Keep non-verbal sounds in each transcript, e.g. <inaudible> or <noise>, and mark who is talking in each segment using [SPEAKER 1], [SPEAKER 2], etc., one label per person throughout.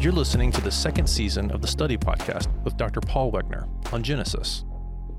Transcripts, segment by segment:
[SPEAKER 1] You're listening to the second season of the Study Podcast with Dr. Paul Wegner on Genesis.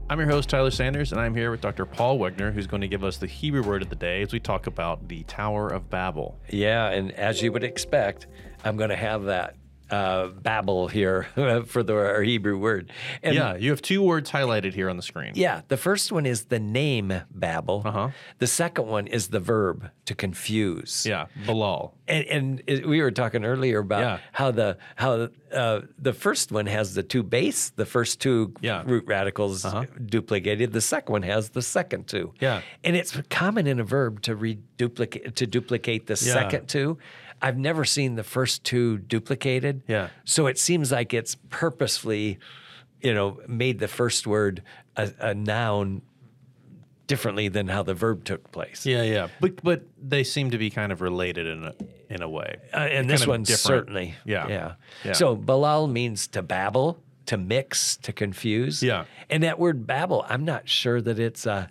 [SPEAKER 1] I'm your host, Tyler Sanders, and I'm here with Dr. Paul Wegner, who's going to give us the Hebrew word of the day as we talk about the Tower of Babel.
[SPEAKER 2] Yeah, and as you would expect, I'm going to have that uh, babble here <laughs> for the our Hebrew word. And
[SPEAKER 1] yeah, you have two words highlighted here on the screen.
[SPEAKER 2] yeah, the first one is the name babble.
[SPEAKER 1] Uh-huh.
[SPEAKER 2] The second one is the verb to confuse.
[SPEAKER 1] Yeah, Balal.
[SPEAKER 2] And, and it, we were talking earlier about
[SPEAKER 1] Yeah.
[SPEAKER 2] how the how uh, the first one has the two base, the first two
[SPEAKER 1] Yeah. Uh-huh.
[SPEAKER 2] root radicals duplicated. The second one has the second two.
[SPEAKER 1] Yeah.
[SPEAKER 2] and it's common in a verb to reduplicate to duplicate the
[SPEAKER 1] Yeah.
[SPEAKER 2] second two. I've never seen the first two duplicated.
[SPEAKER 1] Yeah.
[SPEAKER 2] so it seems like it's purposefully, you know, made the first word a, a noun differently than how the verb took place.
[SPEAKER 1] Yeah, yeah. But but they seem to be kind of related in a, in a way.
[SPEAKER 2] Uh, and this
[SPEAKER 1] of
[SPEAKER 2] one
[SPEAKER 1] different.
[SPEAKER 2] certainly.
[SPEAKER 1] Yeah.
[SPEAKER 2] yeah.
[SPEAKER 1] Yeah.
[SPEAKER 2] So balal means to babble, to mix, to confuse.
[SPEAKER 1] Yeah.
[SPEAKER 2] And that word babble, I'm not sure that it's a,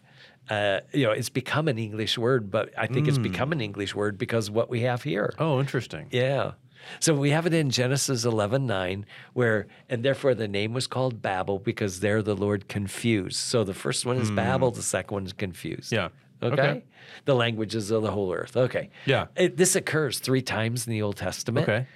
[SPEAKER 2] uh, you know, it's become an English word, but I think it's
[SPEAKER 1] Hmm.
[SPEAKER 2] become an English word because what we have here.
[SPEAKER 1] Oh, interesting.
[SPEAKER 2] Yeah. So we have it in Genesis 11, 9, where, and therefore the name was called Babel because there the Lord confused. So the first one is Babel, the second one is confused.
[SPEAKER 1] Hmm. Yeah.
[SPEAKER 2] Okay.
[SPEAKER 1] Okay.
[SPEAKER 2] The languages of the whole earth. Okay.
[SPEAKER 1] Yeah.
[SPEAKER 2] It, this occurs three times in the Old Testament.
[SPEAKER 1] Okay.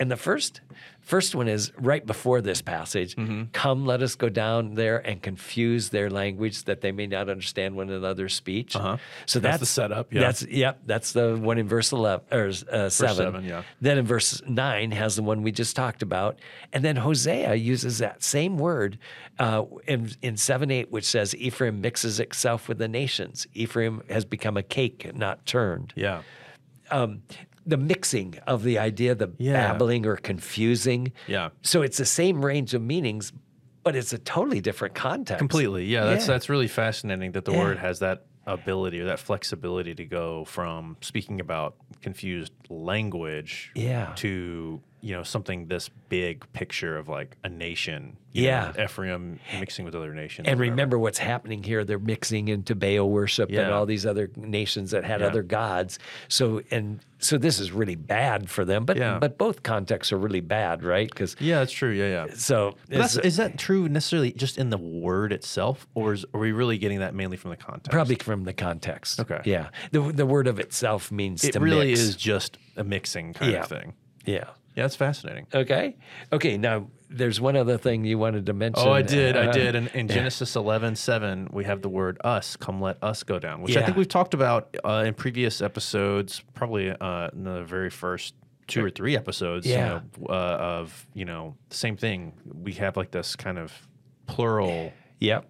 [SPEAKER 2] And the first, first one is right before this passage.
[SPEAKER 1] Mm-hmm.
[SPEAKER 2] Come, let us go down there and confuse their language that they may not understand one another's speech.
[SPEAKER 1] Uh-huh.
[SPEAKER 2] So
[SPEAKER 1] That's
[SPEAKER 2] that's,
[SPEAKER 1] the setup, yeah.
[SPEAKER 2] That's yep. That's the one in verse eleven or uh, seven.
[SPEAKER 1] seven, yeah.
[SPEAKER 2] Then in verse nine has the one we just talked about, and then Hosea uses that same word uh, in in seven eight, which says Ephraim mixes itself with the nations. Ephraim has become a cake not turned
[SPEAKER 1] Yeah.
[SPEAKER 2] the mixing of the idea, the
[SPEAKER 1] Yeah.
[SPEAKER 2] babbling or confusing.
[SPEAKER 1] Yeah.
[SPEAKER 2] So it's the same range of meanings, but it's a totally different context.
[SPEAKER 1] Completely. Yeah, that's
[SPEAKER 2] Yeah.
[SPEAKER 1] that's really fascinating that the
[SPEAKER 2] Yeah.
[SPEAKER 1] word has that ability or that flexibility to go from speaking about confused language
[SPEAKER 2] Yeah.
[SPEAKER 1] to you know something this big picture of like a nation you know,
[SPEAKER 2] Yeah.
[SPEAKER 1] ephraim mixing with other nations
[SPEAKER 2] And
[SPEAKER 1] or whatever.
[SPEAKER 2] remember what's happening here. They're mixing into Baal worship and
[SPEAKER 1] Yeah.
[SPEAKER 2] all these other nations that had
[SPEAKER 1] Yeah.
[SPEAKER 2] other gods. So and so this is really bad for them. But
[SPEAKER 1] Yeah.
[SPEAKER 2] but both contexts are really bad, right? Because
[SPEAKER 1] yeah that's true yeah yeah
[SPEAKER 2] so
[SPEAKER 1] But that's,
[SPEAKER 2] it's-
[SPEAKER 1] is that true necessarily just in the word itself or is, are we really getting that mainly from the context
[SPEAKER 2] probably from the context.
[SPEAKER 1] Okay.
[SPEAKER 2] Yeah. The the word of itself means
[SPEAKER 1] it
[SPEAKER 2] to
[SPEAKER 1] really
[SPEAKER 2] mix.
[SPEAKER 1] is just a mixing kind
[SPEAKER 2] Yeah.
[SPEAKER 1] of thing
[SPEAKER 2] Yeah.
[SPEAKER 1] yeah that's fascinating
[SPEAKER 2] Okay. Okay. Now, there's one other thing you wanted to mention.
[SPEAKER 1] Oh, I did. I
[SPEAKER 2] Uh,
[SPEAKER 1] did. In, in Genesis eleven seven, we have the word us, come let us go down, which I
[SPEAKER 2] Yeah.
[SPEAKER 1] think we've talked about uh, in previous episodes, probably uh, in the very first two or three episodes you
[SPEAKER 2] Yeah.
[SPEAKER 1] know, uh, of, you know, same thing. We have like this kind of plural,
[SPEAKER 2] Yep.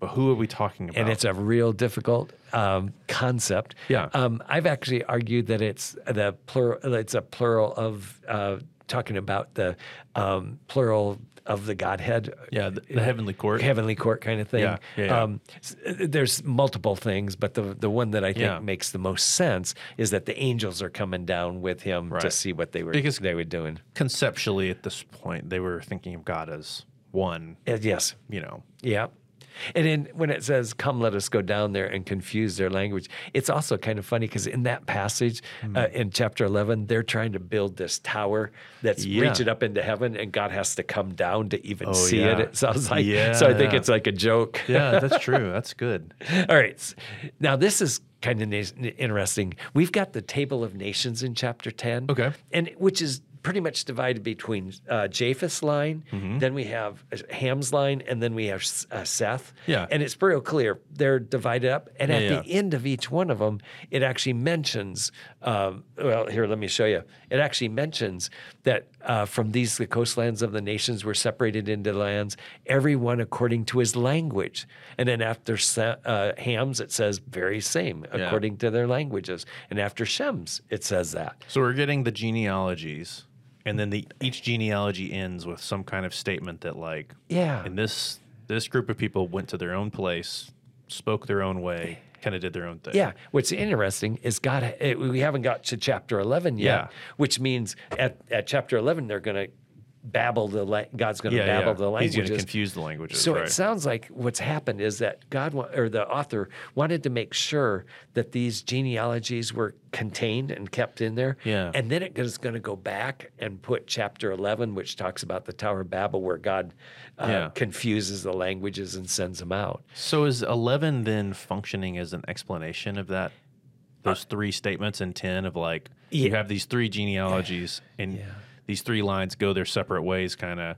[SPEAKER 1] but who are we talking about?
[SPEAKER 2] And it's a real difficult um, concept.
[SPEAKER 1] Yeah.
[SPEAKER 2] Um, I've actually argued that it's the plural. It's a plural of uh, talking about the um, plural of the Godhead.
[SPEAKER 1] yeah, the, the heavenly court.
[SPEAKER 2] Heavenly court kind of thing.
[SPEAKER 1] Yeah, yeah, yeah.
[SPEAKER 2] Um, s- there's multiple things, but the the one that I think
[SPEAKER 1] Yeah.
[SPEAKER 2] makes the most sense is that the angels are coming down with him to
[SPEAKER 1] Right.
[SPEAKER 2] see what they were
[SPEAKER 1] Because-
[SPEAKER 2] they were doing.
[SPEAKER 1] Conceptually, at this point, they were thinking of God as one,
[SPEAKER 2] Uh, yes,
[SPEAKER 1] you know.
[SPEAKER 2] Yeah. And then when it says, come, let us go down there and confuse their language, it's also kind of funny because in that passage
[SPEAKER 1] Hmm.
[SPEAKER 2] uh, in chapter 11, they're trying to build this tower that's
[SPEAKER 1] Yeah.
[SPEAKER 2] reaching up into heaven and God has to come down to even
[SPEAKER 1] Oh,
[SPEAKER 2] see
[SPEAKER 1] yeah.
[SPEAKER 2] it. It sounds like,
[SPEAKER 1] Yeah,
[SPEAKER 2] so I think
[SPEAKER 1] yeah.
[SPEAKER 2] it's like a joke.
[SPEAKER 1] <laughs> Yeah, that's true. That's good.
[SPEAKER 2] <laughs> All right. S- Now, this is kind of na- interesting. We've got the table of nations in chapter 10.
[SPEAKER 1] Okay.
[SPEAKER 2] And which is pretty much divided between uh, Japheth's line,
[SPEAKER 1] Mm-hmm.
[SPEAKER 2] then we have uh, Ham's line, and then we have S- uh, Seth.
[SPEAKER 1] Yeah.
[SPEAKER 2] And it's pretty clear they're divided up. And at
[SPEAKER 1] Yeah,
[SPEAKER 2] the
[SPEAKER 1] yeah.
[SPEAKER 2] end of each one of them, it actually mentions, um, well, here, let me show you. It actually mentions that uh, from these, the coastlands of the nations were separated into lands, everyone according to his language. And then after Sa- uh, Ham's, it says very same,
[SPEAKER 1] Yeah.
[SPEAKER 2] according to their languages. And after Shem's, it says that.
[SPEAKER 1] So we're getting the genealogies, and then the each genealogy ends with some kind of statement that like,
[SPEAKER 2] Yeah.
[SPEAKER 1] and this this group of people went to their own place, spoke their own way, kind of did their own thing.
[SPEAKER 2] Yeah. What's interesting is God, eh, it, we haven't got to chapter 11 yet,
[SPEAKER 1] Yeah.
[SPEAKER 2] which means at, at chapter 11, they're going to babble the la- God's going to
[SPEAKER 1] Yeah,
[SPEAKER 2] babble
[SPEAKER 1] yeah.
[SPEAKER 2] the
[SPEAKER 1] He's
[SPEAKER 2] languages.
[SPEAKER 1] going to confuse the languages.
[SPEAKER 2] So
[SPEAKER 1] right.
[SPEAKER 2] it sounds like what's happened is that God wa- or the author wanted to make sure that these genealogies were contained and kept in there.
[SPEAKER 1] Yeah.
[SPEAKER 2] And then it is going to go back and put chapter 11, which talks about the Tower of Babel, where God uh,
[SPEAKER 1] Yeah.
[SPEAKER 2] confuses the languages and sends them out.
[SPEAKER 1] So is 11 then functioning as an explanation of that? Those three statements in 10 of like, you
[SPEAKER 2] Uh, Yeah.
[SPEAKER 1] have these three genealogies and these three lines go their separate ways, kind of.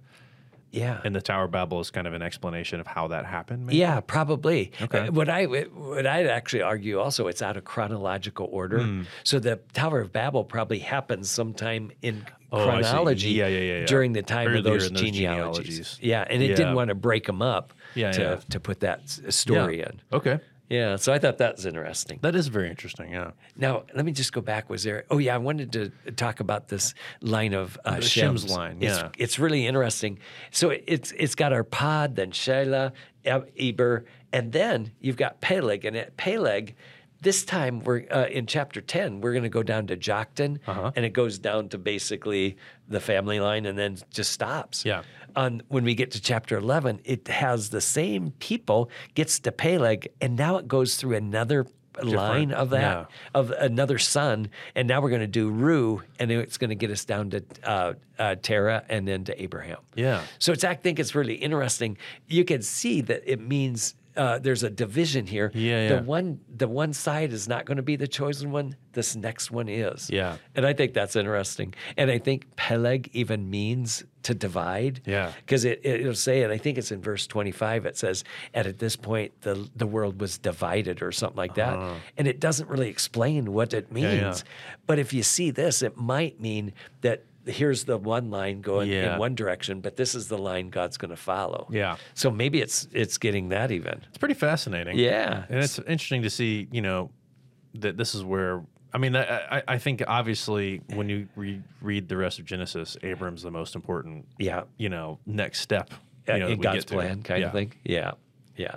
[SPEAKER 2] Yeah.
[SPEAKER 1] And the Tower of Babel is kind of an explanation of how that happened. Maybe?
[SPEAKER 2] Yeah, probably.
[SPEAKER 1] Okay.
[SPEAKER 2] Uh, What I what I'd actually argue also it's out of chronological order.
[SPEAKER 1] Hmm.
[SPEAKER 2] So the Tower of Babel probably happens sometime in
[SPEAKER 1] Oh, I see.
[SPEAKER 2] chronology
[SPEAKER 1] Yeah, yeah, yeah, yeah.
[SPEAKER 2] during the time
[SPEAKER 1] Earlier
[SPEAKER 2] of those,
[SPEAKER 1] in those
[SPEAKER 2] genealogies.
[SPEAKER 1] genealogies.
[SPEAKER 2] Yeah, and it
[SPEAKER 1] Yeah.
[SPEAKER 2] didn't want to break them up
[SPEAKER 1] Yeah,
[SPEAKER 2] to
[SPEAKER 1] yeah.
[SPEAKER 2] to put that s- story in.
[SPEAKER 1] Okay.
[SPEAKER 2] Yeah, so I thought that was interesting.
[SPEAKER 1] That is very interesting. Yeah.
[SPEAKER 2] Now, let me just go back. Was there? Oh, yeah, I wanted to talk about this line of uh,
[SPEAKER 1] Shem's
[SPEAKER 2] Shem's,
[SPEAKER 1] line,
[SPEAKER 2] It's,
[SPEAKER 1] yeah.
[SPEAKER 2] it's really interesting. So it- it's it's got Arpad, then Shelah, Eb- Eber, and then you've got Peleg. And at Peleg, this time we're uh, in chapter ten. We're going to go down to Joktan,
[SPEAKER 1] Uh-huh.
[SPEAKER 2] and it goes down to basically the family line, and then just stops
[SPEAKER 1] Yeah.
[SPEAKER 2] on when we get to chapter 11 it has the same people gets to peleg and now it goes through another line of that
[SPEAKER 1] yeah.
[SPEAKER 2] of another son and now we're going to do Ru, and it's going to get us down to uh, uh, terah and then to abraham
[SPEAKER 1] Yeah.
[SPEAKER 2] so it's i think it's really interesting you can see that it means uh, there's a division here.
[SPEAKER 1] Yeah, yeah.
[SPEAKER 2] The one, the one side is not going to be the chosen one. This next one is.
[SPEAKER 1] Yeah.
[SPEAKER 2] And I think that's interesting. And I think Peleg even means to divide.
[SPEAKER 1] Yeah.
[SPEAKER 2] Because it, it, will say, and I think it's in verse 25, it says, and at this point, the, the world was divided or something like that. And it doesn't really explain what it means.
[SPEAKER 1] Uh-huh. yeah.
[SPEAKER 2] But if you see this, it might mean that here's the one line going
[SPEAKER 1] Yeah.
[SPEAKER 2] in one direction, but this is the line God's going to follow.
[SPEAKER 1] Yeah.
[SPEAKER 2] So maybe it's it's getting that even.
[SPEAKER 1] It's pretty fascinating.
[SPEAKER 2] Yeah.
[SPEAKER 1] And it's interesting to see, you know, that this is where. I mean, I, I- I think obviously when you re- read the rest of Genesis, Abram's the most important,
[SPEAKER 2] yeah.
[SPEAKER 1] you know, next step.
[SPEAKER 2] uh,
[SPEAKER 1] You know, that
[SPEAKER 2] in
[SPEAKER 1] we get
[SPEAKER 2] God's
[SPEAKER 1] to.
[SPEAKER 2] plan kind
[SPEAKER 1] Yeah.
[SPEAKER 2] of thing. Yeah. Yeah.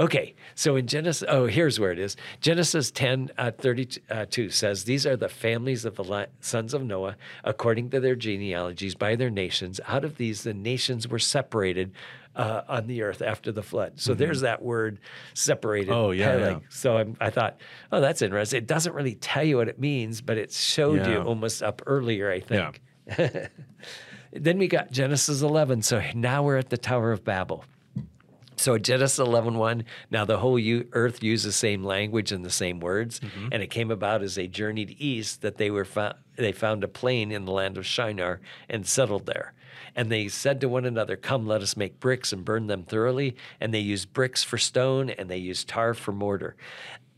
[SPEAKER 2] Okay. So in Genesis, oh, here's where it is. Genesis 10 uh, 32 says, These are the families of the li- sons of Noah, according to their genealogies, by their nations. Out of these, the nations were separated uh, on the earth after the flood. So there's that word separated.
[SPEAKER 1] Mm-hmm. Oh, yeah,
[SPEAKER 2] Peleg.
[SPEAKER 1] yeah.
[SPEAKER 2] So I'm, I thought, oh, that's interesting. It doesn't really tell you what it means, but it showed
[SPEAKER 1] Yeah.
[SPEAKER 2] you almost up earlier, I think.
[SPEAKER 1] Yeah.
[SPEAKER 2] Then we got Genesis 11. So now we're at the Tower of Babel. So Genesis 11:1, now the whole u- earth used the same language and the same words,
[SPEAKER 1] Mm-hmm.
[SPEAKER 2] and it came about as they journeyed east that they were found, they found a plain in the land of Shinar and settled there. And they said to one another, "Come, let us make bricks and burn them thoroughly." And they used bricks for stone, and they used tar for mortar.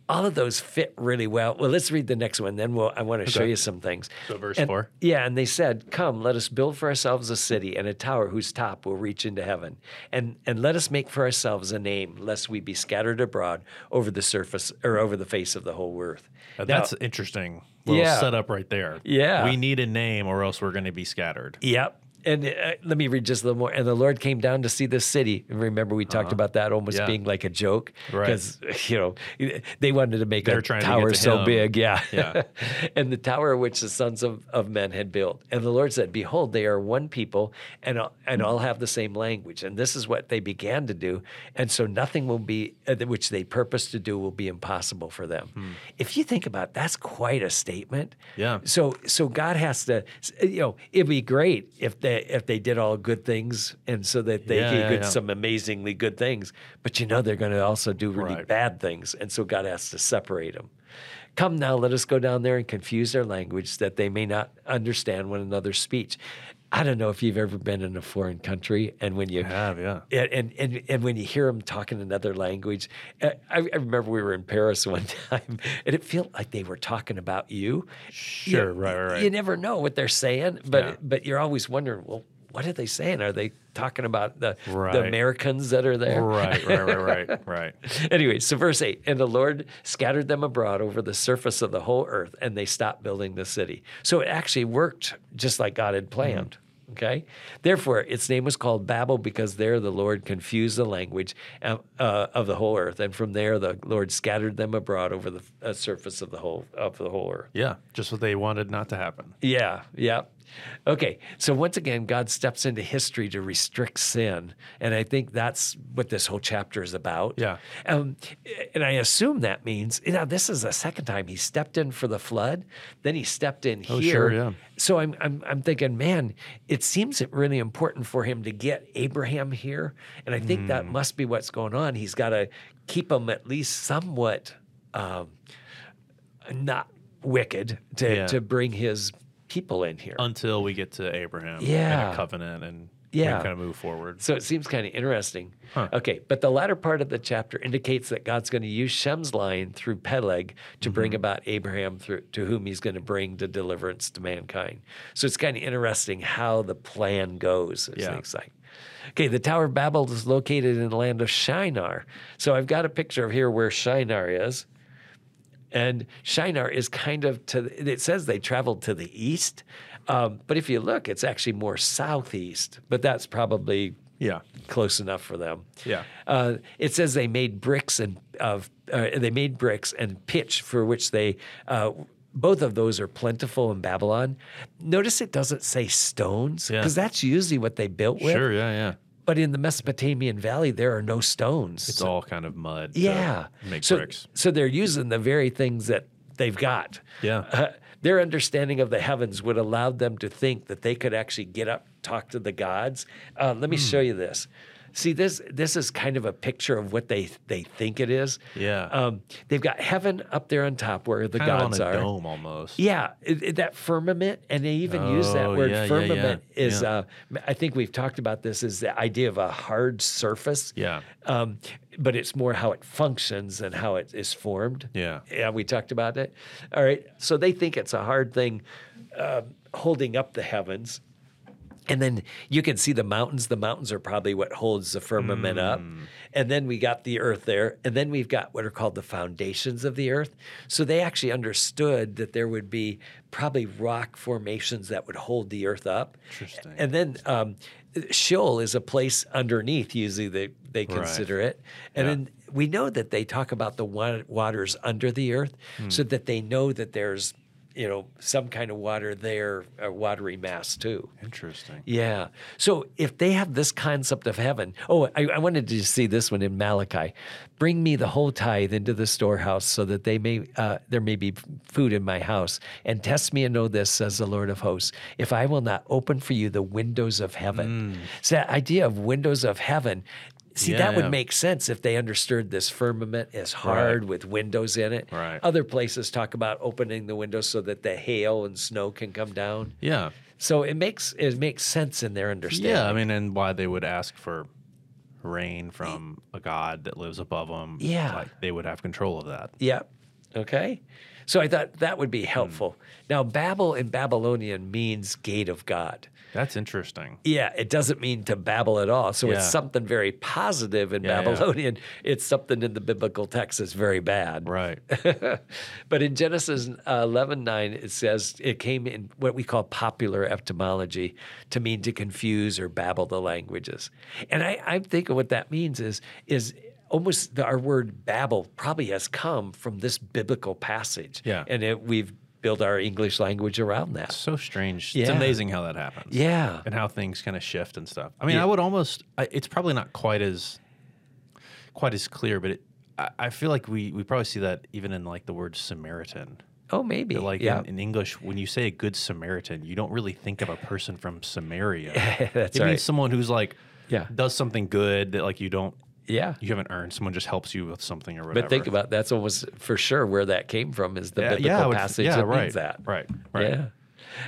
[SPEAKER 2] All of those fit really well. Well, let's read the next one. Then we'll, I want to show you some things.
[SPEAKER 1] So verse
[SPEAKER 2] And-
[SPEAKER 1] four.
[SPEAKER 2] yeah, and they said, "Come, let us build for ourselves a city and a tower whose top will reach into heaven, and and let us make for ourselves a name, lest we be scattered abroad over the surface or over the face of the whole earth."
[SPEAKER 1] Uh,
[SPEAKER 2] Now-
[SPEAKER 1] That's interesting. Little
[SPEAKER 2] Yeah.
[SPEAKER 1] setup right there.
[SPEAKER 2] Yeah.
[SPEAKER 1] We need a name or else we're going to be scattered.
[SPEAKER 2] Yep. And uh, let me read just a little more. And the Lord came down to see this city. And remember, we talked about that almost
[SPEAKER 1] Uh-huh. Yeah.
[SPEAKER 2] being like a joke,
[SPEAKER 1] Right.
[SPEAKER 2] Because you know they wanted to make
[SPEAKER 1] They're
[SPEAKER 2] a
[SPEAKER 1] trying to get
[SPEAKER 2] tower
[SPEAKER 1] to
[SPEAKER 2] so
[SPEAKER 1] him.
[SPEAKER 2] big, yeah.
[SPEAKER 1] Yeah.
[SPEAKER 2] <laughs> and the tower which the sons of, of men had built. And the Lord said, "Behold, they are one people, and all, and all have the same language. And this is what they began to do. And so nothing will be uh, which they purpose to do will be impossible for them."
[SPEAKER 1] Hmm.
[SPEAKER 2] If you think about, it, that's quite a statement.
[SPEAKER 1] Yeah.
[SPEAKER 2] So so God has to, you know, it'd be great if they if they did all good things, and so that they
[SPEAKER 1] Yeah,
[SPEAKER 2] could
[SPEAKER 1] yeah,
[SPEAKER 2] get
[SPEAKER 1] yeah.
[SPEAKER 2] some amazingly good things. But you know, they're going to also do really
[SPEAKER 1] Right.
[SPEAKER 2] bad things, and so God has to separate them. Come now, let us go down there and confuse their language, that they may not understand one another's speech. I don't know if you've ever been in a foreign country, and when you
[SPEAKER 1] have, yeah.
[SPEAKER 2] and and and, and when you hear them talking another language, I, I remember we were in Paris <laughs> one time, and it felt like they were talking about you.
[SPEAKER 1] Sure,
[SPEAKER 2] You-
[SPEAKER 1] right, right, right.
[SPEAKER 2] You never know what they're saying, but
[SPEAKER 1] Yeah.
[SPEAKER 2] but you're always wondering, well, what are they saying? Are they talking about the
[SPEAKER 1] Right.
[SPEAKER 2] the Americans that are there?
[SPEAKER 1] Right, right, right, right, <laughs> right.
[SPEAKER 2] <laughs> anyway, so verse 8 And the Lord scattered them abroad over the surface of the whole earth, and they stopped building the city. So it actually worked just like God had planned. Okay. Therefore, its name was called Babel because there the Lord confused the language uh, uh, of the whole earth, and from there the Lord scattered them abroad over the uh, surface of the whole of the whole earth.
[SPEAKER 1] Yeah. Just what they wanted not to happen.
[SPEAKER 2] Yeah, yeah. Okay, so once again, God steps into history to restrict sin, and I think that's what this whole chapter is about.
[SPEAKER 1] Yeah.
[SPEAKER 2] um, and I assume that means you know this is the second time he stepped in for the flood, then he stepped in
[SPEAKER 1] Oh,
[SPEAKER 2] here.
[SPEAKER 1] sure, yeah.
[SPEAKER 2] So I'm I'm I'm thinking, man, it seems really important for him to get Abraham here, and I think that
[SPEAKER 1] Hmm.
[SPEAKER 2] must be what's going on. He's got to keep him at least somewhat. Um, not wicked to,
[SPEAKER 1] Yeah.
[SPEAKER 2] to bring his people in here.
[SPEAKER 1] until we get to Abraham and
[SPEAKER 2] Yeah.
[SPEAKER 1] a covenant and
[SPEAKER 2] Yeah.
[SPEAKER 1] kind of move forward.
[SPEAKER 2] so it seems kind of interesting.
[SPEAKER 1] Huh.
[SPEAKER 2] Okay, but the latter part of the chapter indicates that God's going to use Shem's line through Peleg to
[SPEAKER 1] Mm-hmm.
[SPEAKER 2] bring about Abraham through to whom he's going to bring the deliverance to mankind. So it's kind of interesting how the plan goes. It
[SPEAKER 1] Yeah.
[SPEAKER 2] seems like. Okay, the Tower of Babel is located in the land of Shinar. So I've got a picture of here where Shinar is. And Shinar is kind of to, it says they traveled to the east. Um, but if you look, it's actually more southeast, but that's probably
[SPEAKER 1] Yeah.
[SPEAKER 2] close enough for them.
[SPEAKER 1] Yeah.
[SPEAKER 2] Uh, it says they made bricks and of uh, they made bricks and pitch for which they uh, both of those are plentiful in Babylon. Notice it doesn't say stones
[SPEAKER 1] Yeah.
[SPEAKER 2] because that's usually what they built with.
[SPEAKER 1] Sure. Yeah. Yeah.
[SPEAKER 2] But in the Mesopotamian Valley, there are no stones.
[SPEAKER 1] It's all kind of mud. to
[SPEAKER 2] yeah.
[SPEAKER 1] Make
[SPEAKER 2] so,
[SPEAKER 1] bricks.
[SPEAKER 2] So they're using the very things that they've got.
[SPEAKER 1] Yeah.
[SPEAKER 2] Uh, their understanding of the heavens would allow them to think that they could actually get up, talk to the gods. Uh, let me
[SPEAKER 1] Hmm.
[SPEAKER 2] show you this. See this. This is kind of a picture of what they they think it is.
[SPEAKER 1] Yeah.
[SPEAKER 2] Um, they've got heaven up there on top where <laughs> the
[SPEAKER 1] Kind of
[SPEAKER 2] gods
[SPEAKER 1] on a
[SPEAKER 2] are.
[SPEAKER 1] dome almost.
[SPEAKER 2] Yeah, it, it- that firmament, and they even use that
[SPEAKER 1] Oh,
[SPEAKER 2] word
[SPEAKER 1] yeah, yeah, yeah,
[SPEAKER 2] firmament is.
[SPEAKER 1] yeah.
[SPEAKER 2] Uh, I think we've talked about this. Is the idea of a hard surface?
[SPEAKER 1] Yeah.
[SPEAKER 2] Um, but it's more how it functions and how it is formed.
[SPEAKER 1] Yeah.
[SPEAKER 2] Yeah, we talked about it. All right. So they think it's a hard thing um, holding up the heavens. And then you can see the mountains. The mountains are probably what holds the firmament up.
[SPEAKER 1] Hmm.
[SPEAKER 2] And then we got the earth there. And then we've got what are called the foundations of the earth. So they actually understood that there would be probably rock formations that would hold the earth up.
[SPEAKER 1] Interesting.
[SPEAKER 2] And then um, Sheol is a place underneath, usually they, they consider it. And
[SPEAKER 1] Yeah.
[SPEAKER 2] then we know that they talk about the wa- waters under the earth so that they know that there's, you know, some kind of water there, a watery mass too.
[SPEAKER 1] Interesting.
[SPEAKER 2] Yeah. So if they have this concept of heaven, oh, I, I wanted to see this one in Malachi. Bring me the whole tithe into the storehouse, so that they may uh, there may be food in my house, and test me and know this, says the Lord of hosts, if I will not open for you the windows of heaven.
[SPEAKER 1] Mm.
[SPEAKER 2] So that idea of windows of heaven. See,
[SPEAKER 1] Yeah,
[SPEAKER 2] that would
[SPEAKER 1] yeah.
[SPEAKER 2] make sense if they understood this firmament is hard with windows in it.
[SPEAKER 1] Right.
[SPEAKER 2] Other places talk about opening the windows so that the hail and snow can come down.
[SPEAKER 1] Yeah.
[SPEAKER 2] So it makes it makes sense in their understanding.
[SPEAKER 1] Yeah. I mean, and why they would ask for rain from a god that lives above them.
[SPEAKER 2] Yeah.
[SPEAKER 1] Like they would have control of that.
[SPEAKER 2] Yeah. Okay. So I thought that would
[SPEAKER 1] Hmm.
[SPEAKER 2] be helpful. Now Babel in Babylonian means gate of God.
[SPEAKER 1] That's interesting.
[SPEAKER 2] Yeah, it doesn't mean to babble at all. So
[SPEAKER 1] Yeah.
[SPEAKER 2] it's something very positive in
[SPEAKER 1] Yeah, yeah.
[SPEAKER 2] Babylonian. It's something in the biblical text that's very
[SPEAKER 1] <laughs>
[SPEAKER 2] bad.
[SPEAKER 1] Right.
[SPEAKER 2] <laughs> but in Genesis uh, 11 it says it came in what we call popular etymology to mean to confuse or babble the languages. And I, I'm thinking what that means is, is almost the, our word babble probably has come from this biblical passage.
[SPEAKER 1] Yeah.
[SPEAKER 2] And it, we've built our English language around that.
[SPEAKER 1] So strange. It's
[SPEAKER 2] Yeah.
[SPEAKER 1] amazing how that happens.
[SPEAKER 2] Yeah.
[SPEAKER 1] and how things kind of shift and stuff. I mean, I would almost. I, it's probably not quite as quite as clear, but it, I, I feel like we we probably see that even in like the word Samaritan.
[SPEAKER 2] Oh, maybe.
[SPEAKER 1] Like
[SPEAKER 2] yeah.
[SPEAKER 1] in, in English, when you say a good Samaritan, you don't really think of a person from
[SPEAKER 2] <laughs>
[SPEAKER 1] Samaria.
[SPEAKER 2] That's
[SPEAKER 1] it
[SPEAKER 2] right.
[SPEAKER 1] means someone who's like
[SPEAKER 2] Yeah.
[SPEAKER 1] does something good that like you don't
[SPEAKER 2] yeah.
[SPEAKER 1] you haven't earned. Someone just helps you with something or whatever.
[SPEAKER 2] But think about that's almost for sure where that came from is the
[SPEAKER 1] yeah,
[SPEAKER 2] biblical
[SPEAKER 1] yeah, I would-
[SPEAKER 2] passage
[SPEAKER 1] yeah,
[SPEAKER 2] that
[SPEAKER 1] right,
[SPEAKER 2] means that.
[SPEAKER 1] Right. Right.
[SPEAKER 2] Yeah.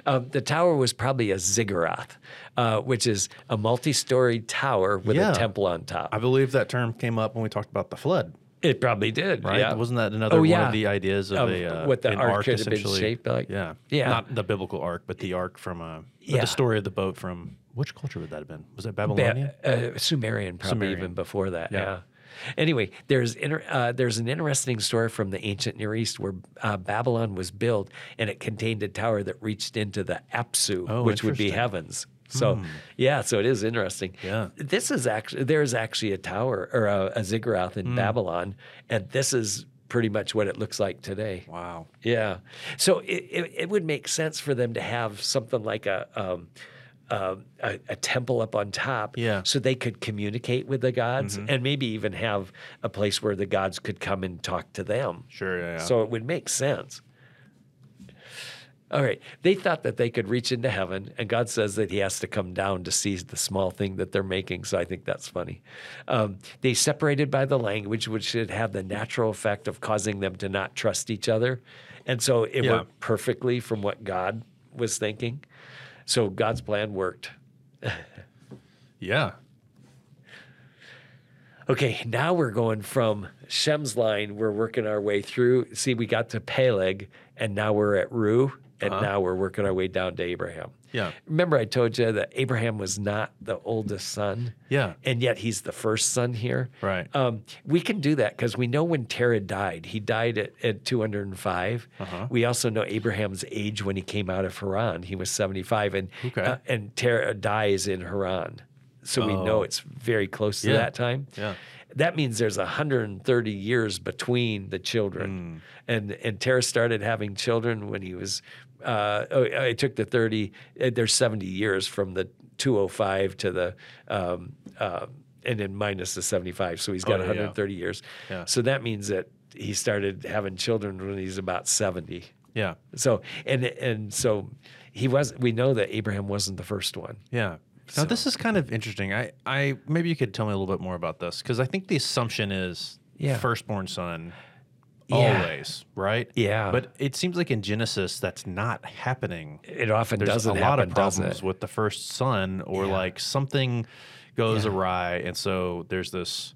[SPEAKER 2] Um, the tower was probably a ziggurat, uh, which is a multi-story tower with
[SPEAKER 1] Yeah.
[SPEAKER 2] a temple on top.
[SPEAKER 1] I believe that term came up when we talked about the flood.
[SPEAKER 2] it probably did,
[SPEAKER 1] right?
[SPEAKER 2] Yeah.
[SPEAKER 1] Wasn't that another
[SPEAKER 2] Oh,
[SPEAKER 1] one
[SPEAKER 2] yeah.
[SPEAKER 1] of the ideas of,
[SPEAKER 2] Of
[SPEAKER 1] a uh,
[SPEAKER 2] what the
[SPEAKER 1] an
[SPEAKER 2] ark could have been
[SPEAKER 1] essentially?
[SPEAKER 2] shaped like?
[SPEAKER 1] Yeah,
[SPEAKER 2] Yeah.
[SPEAKER 1] not the biblical ark, but the ark from uh, but
[SPEAKER 2] Yeah.
[SPEAKER 1] the story of the boat from which culture would that have been? Was that Babylonian?
[SPEAKER 2] Ba- uh, Sumerian, probably
[SPEAKER 1] Sumerian.
[SPEAKER 2] even before that.
[SPEAKER 1] Yeah.
[SPEAKER 2] Yeah. Anyway, there's inter- uh, there's an interesting story from the ancient Near East where uh, Babylon was built, and it contained a tower that reached into the Apsu,
[SPEAKER 1] Oh,
[SPEAKER 2] which would be
[SPEAKER 1] interesting. Hmm.
[SPEAKER 2] heavens. So, yeah, so it is interesting.
[SPEAKER 1] Yeah. Hmm.
[SPEAKER 2] This is actually there is actually a tower or a, a ziggurat in Babylon, and this is pretty much what it looks like today.
[SPEAKER 1] Wow.
[SPEAKER 2] Yeah. So it, it, it would make sense for them to have something like a, um, um, a, a temple up on top
[SPEAKER 1] Yeah. Mm-hmm.
[SPEAKER 2] so they could communicate with the gods and maybe even have a place where the gods could come and talk to them.
[SPEAKER 1] Sure. Yeah. yeah.
[SPEAKER 2] So it would make sense. All right. They thought that they could reach into heaven, and God says that He has to come down to seize the small thing that they're making. So I think that's funny. Um, they separated by the language, which should have the natural effect of causing them to not trust each other. And so it
[SPEAKER 1] Yeah.
[SPEAKER 2] worked perfectly from what God was thinking. So God's plan worked.
[SPEAKER 1] yeah.
[SPEAKER 2] Okay, now we're going from Shem's line. We're working our way through. See, we got to Peleg, and now we're at Ru, and now we're working our way down to Abraham.
[SPEAKER 1] Yeah.
[SPEAKER 2] Remember, I told you that Abraham was not the oldest son.
[SPEAKER 1] Yeah.
[SPEAKER 2] And yet he's the first son here.
[SPEAKER 1] Right.
[SPEAKER 2] Um, we can do that because we know when Terah died. He died at, at 205.
[SPEAKER 1] Uh-huh.
[SPEAKER 2] We also know Abraham's age when he came out of Haran. He was 75, and
[SPEAKER 1] Okay.
[SPEAKER 2] uh, and Terah dies in Haran, so we know it's very close to
[SPEAKER 1] Oh. Yeah.
[SPEAKER 2] that time.
[SPEAKER 1] Yeah.
[SPEAKER 2] That means there's 130 years between the children,
[SPEAKER 1] Hmm.
[SPEAKER 2] and and Terah started having children when he was. Uh, oh, it took the 30. uh, There's 70 years from the 205 to the, um, uh, and then minus the 75. So he's got
[SPEAKER 1] Oh, yeah, yeah.
[SPEAKER 2] 130 years.
[SPEAKER 1] Yeah.
[SPEAKER 2] So that means that he started having children when he's about 70.
[SPEAKER 1] Yeah.
[SPEAKER 2] So and and so he was. We know that Abraham wasn't the first one.
[SPEAKER 1] Yeah. Now this is kind of interesting. I, I maybe you could tell me a little bit more about this because I think the assumption is
[SPEAKER 2] Yeah.
[SPEAKER 1] firstborn son
[SPEAKER 2] Yeah.
[SPEAKER 1] always, right?
[SPEAKER 2] Yeah.
[SPEAKER 1] But it seems like in Genesis that's not happening.
[SPEAKER 2] It often
[SPEAKER 1] There's
[SPEAKER 2] doesn't
[SPEAKER 1] a lot
[SPEAKER 2] happen,
[SPEAKER 1] of
[SPEAKER 2] doesn't
[SPEAKER 1] problems
[SPEAKER 2] it?
[SPEAKER 1] with the first son or like something goes awry and so there's this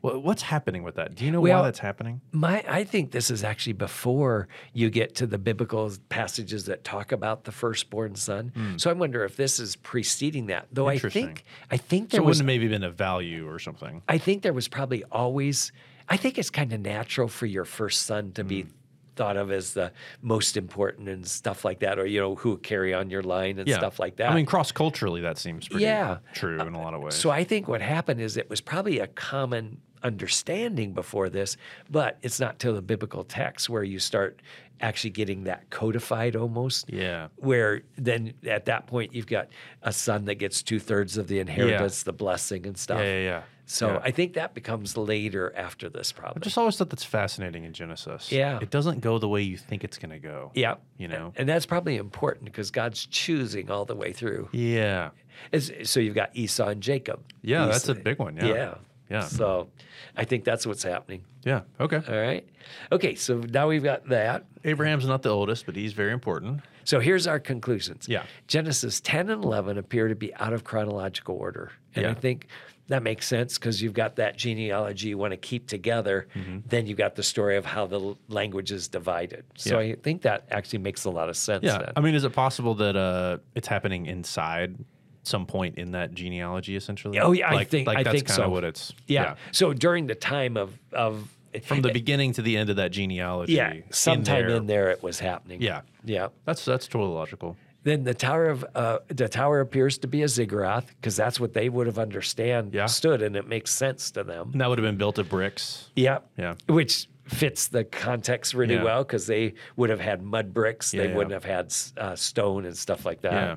[SPEAKER 1] wha- what's happening with that? Do you know
[SPEAKER 2] Well,
[SPEAKER 1] why that's happening?
[SPEAKER 2] My, I think this is actually before you get to the biblical passages that talk about the firstborn son. So I wonder if this is preceding that. Though I
[SPEAKER 1] Hmm. Interesting.
[SPEAKER 2] think I think
[SPEAKER 1] So
[SPEAKER 2] there
[SPEAKER 1] it wouldn't
[SPEAKER 2] was
[SPEAKER 1] have maybe been a value or something.
[SPEAKER 2] I think there was probably always I think it's kind of natural for your first son to
[SPEAKER 1] Hmm.
[SPEAKER 2] be thought of as the most important and stuff like that, or you know who carry on your line and stuff like that.
[SPEAKER 1] I mean, cross culturally, that seems pretty
[SPEAKER 2] Yeah.
[SPEAKER 1] true in a lot of ways.
[SPEAKER 2] So I think what happened is it was probably a common understanding before this, but it's not till the biblical text where you start actually getting that codified almost.
[SPEAKER 1] yeah.
[SPEAKER 2] Where then at that point you've got a son that gets two thirds of the inheritance, the blessing and stuff.
[SPEAKER 1] Yeah, yeah, yeah.
[SPEAKER 2] So
[SPEAKER 1] Yeah.
[SPEAKER 2] I think that becomes later after this problem.
[SPEAKER 1] I just always thought that's fascinating in Genesis.
[SPEAKER 2] Yeah.
[SPEAKER 1] It doesn't go the way you think it's going to go.
[SPEAKER 2] yeah.
[SPEAKER 1] You know?
[SPEAKER 2] And that's probably important because God's choosing all the way through.
[SPEAKER 1] Yeah.
[SPEAKER 2] It's- So you've got Esau and Jacob.
[SPEAKER 1] Yeah, that's
[SPEAKER 2] Esau-
[SPEAKER 1] a big one, yeah.
[SPEAKER 2] Yeah.
[SPEAKER 1] Yeah.
[SPEAKER 2] So I think that's what's happening.
[SPEAKER 1] Yeah. Okay.
[SPEAKER 2] All right. Okay, so now we've got that.
[SPEAKER 1] Abraham's not the oldest, but he's very important.
[SPEAKER 2] So here's our conclusions.
[SPEAKER 1] Yeah.
[SPEAKER 2] Genesis 10 and 11 appear to be out of chronological order. And I
[SPEAKER 1] Yeah.
[SPEAKER 2] think that makes sense because you've got that genealogy you want to keep together.
[SPEAKER 1] Mm-hmm.
[SPEAKER 2] Then you've got the story of how the l- language is divided. So
[SPEAKER 1] Yeah.
[SPEAKER 2] I think that actually makes a lot of sense
[SPEAKER 1] Yeah.
[SPEAKER 2] then.
[SPEAKER 1] I mean, is it possible that uh, it's happening inside some point in that genealogy, essentially?
[SPEAKER 2] Oh, yeah, I
[SPEAKER 1] Like,
[SPEAKER 2] think-
[SPEAKER 1] like
[SPEAKER 2] I
[SPEAKER 1] that's
[SPEAKER 2] think
[SPEAKER 1] kinda
[SPEAKER 2] so.
[SPEAKER 1] what it's.
[SPEAKER 2] yeah. So during the time of, of eh,
[SPEAKER 1] From the beginning to the end of that genealogy.
[SPEAKER 2] yeah, sometime in there.
[SPEAKER 1] there.
[SPEAKER 2] it was happening.
[SPEAKER 1] Yeah.
[SPEAKER 2] Yeah.
[SPEAKER 1] That's that's totally logical.
[SPEAKER 2] Then the tower of uh, the tower appears to be a ziggurat because that's what they would have understand
[SPEAKER 1] Yeah.
[SPEAKER 2] stood, and it makes sense to them.
[SPEAKER 1] And that would have been built of bricks.
[SPEAKER 2] Yeah.
[SPEAKER 1] Yeah.
[SPEAKER 2] Which fits the context really
[SPEAKER 1] Yeah.
[SPEAKER 2] well because they would have had mud bricks. they
[SPEAKER 1] Yeah, yeah.
[SPEAKER 2] wouldn't have had uh, stone and stuff like that.
[SPEAKER 1] Yeah.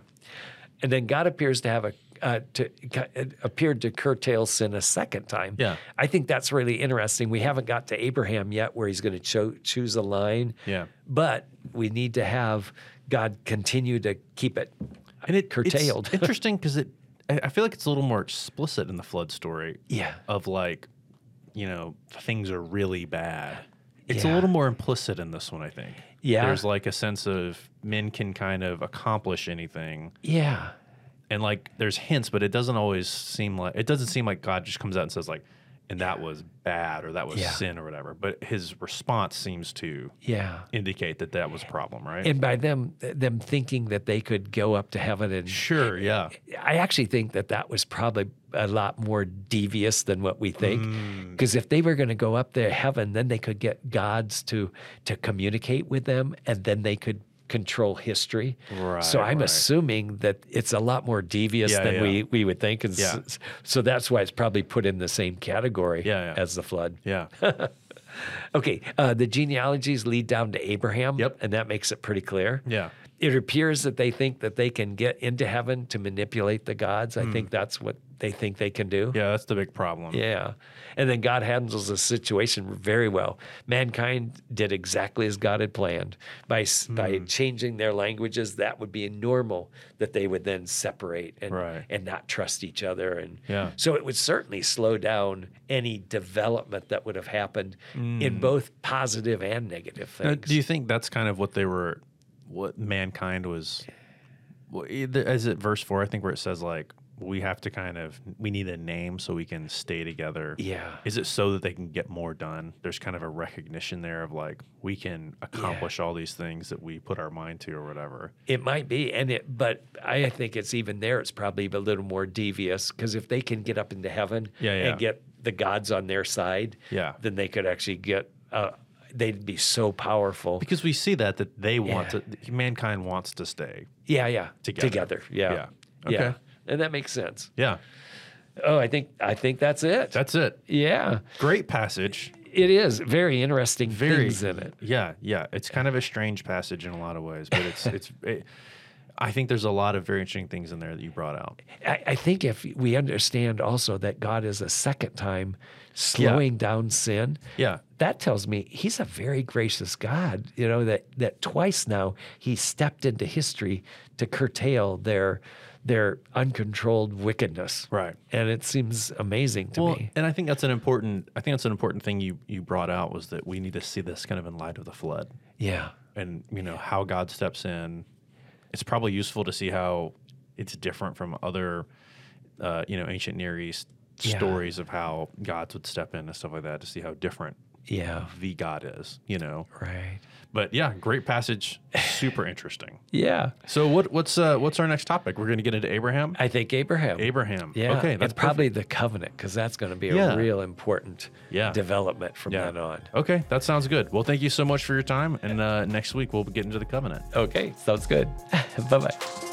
[SPEAKER 2] And then God appears to have a uh, to it appeared to curtail sin a second time.
[SPEAKER 1] Yeah.
[SPEAKER 2] I think that's really interesting. We haven't got to Abraham yet, where he's going to cho- choose a line.
[SPEAKER 1] Yeah.
[SPEAKER 2] But we need to have God continue to keep it
[SPEAKER 1] and it it's
[SPEAKER 2] curtailed. <laughs>
[SPEAKER 1] interesting because it, I I feel like it's a little more explicit in the flood story.
[SPEAKER 2] Yeah.
[SPEAKER 1] Of like, you know, things are really bad. It's
[SPEAKER 2] Yeah.
[SPEAKER 1] a little more implicit in this one, I think.
[SPEAKER 2] Yeah.
[SPEAKER 1] There's like a sense of men can kind of accomplish anything,
[SPEAKER 2] yeah.
[SPEAKER 1] and like there's hints, but it doesn't always seem like it doesn't seem like God just comes out and says like, and that was bad or that was
[SPEAKER 2] Yeah.
[SPEAKER 1] sin or whatever. But his response seems to
[SPEAKER 2] Yeah.
[SPEAKER 1] indicate that that was a problem, right?
[SPEAKER 2] And by them them thinking that they could go up to heaven and
[SPEAKER 1] sure, yeah,
[SPEAKER 2] I actually think that that was probably a lot more devious than what we think.
[SPEAKER 1] Mm.
[SPEAKER 2] Because if they were going to go up there, heaven, then they could get gods to to communicate with them, and then they could control history. so
[SPEAKER 1] Right,
[SPEAKER 2] I'm
[SPEAKER 1] right.
[SPEAKER 2] assuming that it's a lot more devious
[SPEAKER 1] Yeah,
[SPEAKER 2] than
[SPEAKER 1] yeah.
[SPEAKER 2] we we would think, and s-
[SPEAKER 1] Yeah.
[SPEAKER 2] so that's why it's probably put in the same category
[SPEAKER 1] Yeah, yeah.
[SPEAKER 2] as the flood.
[SPEAKER 1] yeah.
[SPEAKER 2] Okay, uh, the genealogies lead down to Abraham. Yep. And that makes it pretty clear.
[SPEAKER 1] Yeah.
[SPEAKER 2] It appears that they think that they can get into heaven to manipulate the gods. I think that's what they think they can do.
[SPEAKER 1] Hmm. Yeah, that's the big problem.
[SPEAKER 2] Yeah. And then God handles the situation very well. Mankind did exactly as God had planned. By, s by
[SPEAKER 1] Hmm.
[SPEAKER 2] changing their languages, that would be normal that they would then separate and,
[SPEAKER 1] Right.
[SPEAKER 2] and not trust each other. And
[SPEAKER 1] Yeah.
[SPEAKER 2] so it would certainly slow down any development that would have happened in both positive and negative
[SPEAKER 1] Hmm. Now,
[SPEAKER 2] things.
[SPEAKER 1] do you think that's kind of what they were, what mankind was? well, either- Is it verse four? I think where it says like we have to kind of we need a name so we can stay together.
[SPEAKER 2] yeah.
[SPEAKER 1] Is it so that they can get more done? There's kind of a recognition there of like we can accomplish all these things that we put our mind to or whatever.
[SPEAKER 2] It might be, and it. But I think it's even there. It's probably a little more devious because if they can get up into heaven
[SPEAKER 1] Yeah, yeah.
[SPEAKER 2] and get the gods on their side,
[SPEAKER 1] Yeah.
[SPEAKER 2] then they could actually get. Uh, they'd be so powerful.
[SPEAKER 1] Because we see that that they want
[SPEAKER 2] Yeah.
[SPEAKER 1] to mankind wants to stay.
[SPEAKER 2] Yeah, yeah.
[SPEAKER 1] Together.
[SPEAKER 2] Yeah.
[SPEAKER 1] Yeah.
[SPEAKER 2] Yeah.
[SPEAKER 1] Okay.
[SPEAKER 2] And that makes sense.
[SPEAKER 1] Yeah.
[SPEAKER 2] Oh, I think I think that's it.
[SPEAKER 1] That's it.
[SPEAKER 2] yeah,
[SPEAKER 1] Great passage.
[SPEAKER 2] it is very interesting
[SPEAKER 1] Very
[SPEAKER 2] things in it.
[SPEAKER 1] Yeah, yeah. It's kind of a strange passage in a lot of ways, but it's <laughs> it's it, I think there's a lot of very interesting things in there that you brought out.
[SPEAKER 2] I, I think if we understand also that God is a second time slowing down sin,
[SPEAKER 1] Yeah.
[SPEAKER 2] that tells me he's a very gracious God, you know, that that twice now he stepped into history to curtail their their uncontrolled wickedness.
[SPEAKER 1] Right.
[SPEAKER 2] And it seems amazing to
[SPEAKER 1] Well,
[SPEAKER 2] me.
[SPEAKER 1] and I think that's an important I think that's an important thing you you brought out was that we need to see this kind of in light of the flood
[SPEAKER 2] Yeah.
[SPEAKER 1] and you know how God steps in. It's probably useful to see how it's different from other uh, you know ancient Near East
[SPEAKER 2] Yeah.
[SPEAKER 1] stories of how gods would step in and stuff like that to see how different
[SPEAKER 2] Yeah.
[SPEAKER 1] the God is, you know.
[SPEAKER 2] Right.
[SPEAKER 1] But yeah, great passage, super interesting.
[SPEAKER 2] Yeah.
[SPEAKER 1] So what what's uh, what's our next topic? We're going to get into Abraham.
[SPEAKER 2] I think Abraham.
[SPEAKER 1] Abraham.
[SPEAKER 2] Yeah.
[SPEAKER 1] Okay. That's
[SPEAKER 2] and probably the covenant, because that's going to be
[SPEAKER 1] Yeah.
[SPEAKER 2] a real important
[SPEAKER 1] Yeah.
[SPEAKER 2] development from
[SPEAKER 1] Yeah.
[SPEAKER 2] then on.
[SPEAKER 1] perfect. Okay. That sounds good. Well, thank you so much for your time. And uh, next week we'll get into the covenant.
[SPEAKER 2] <laughs> Okay. Sounds good. bye bye.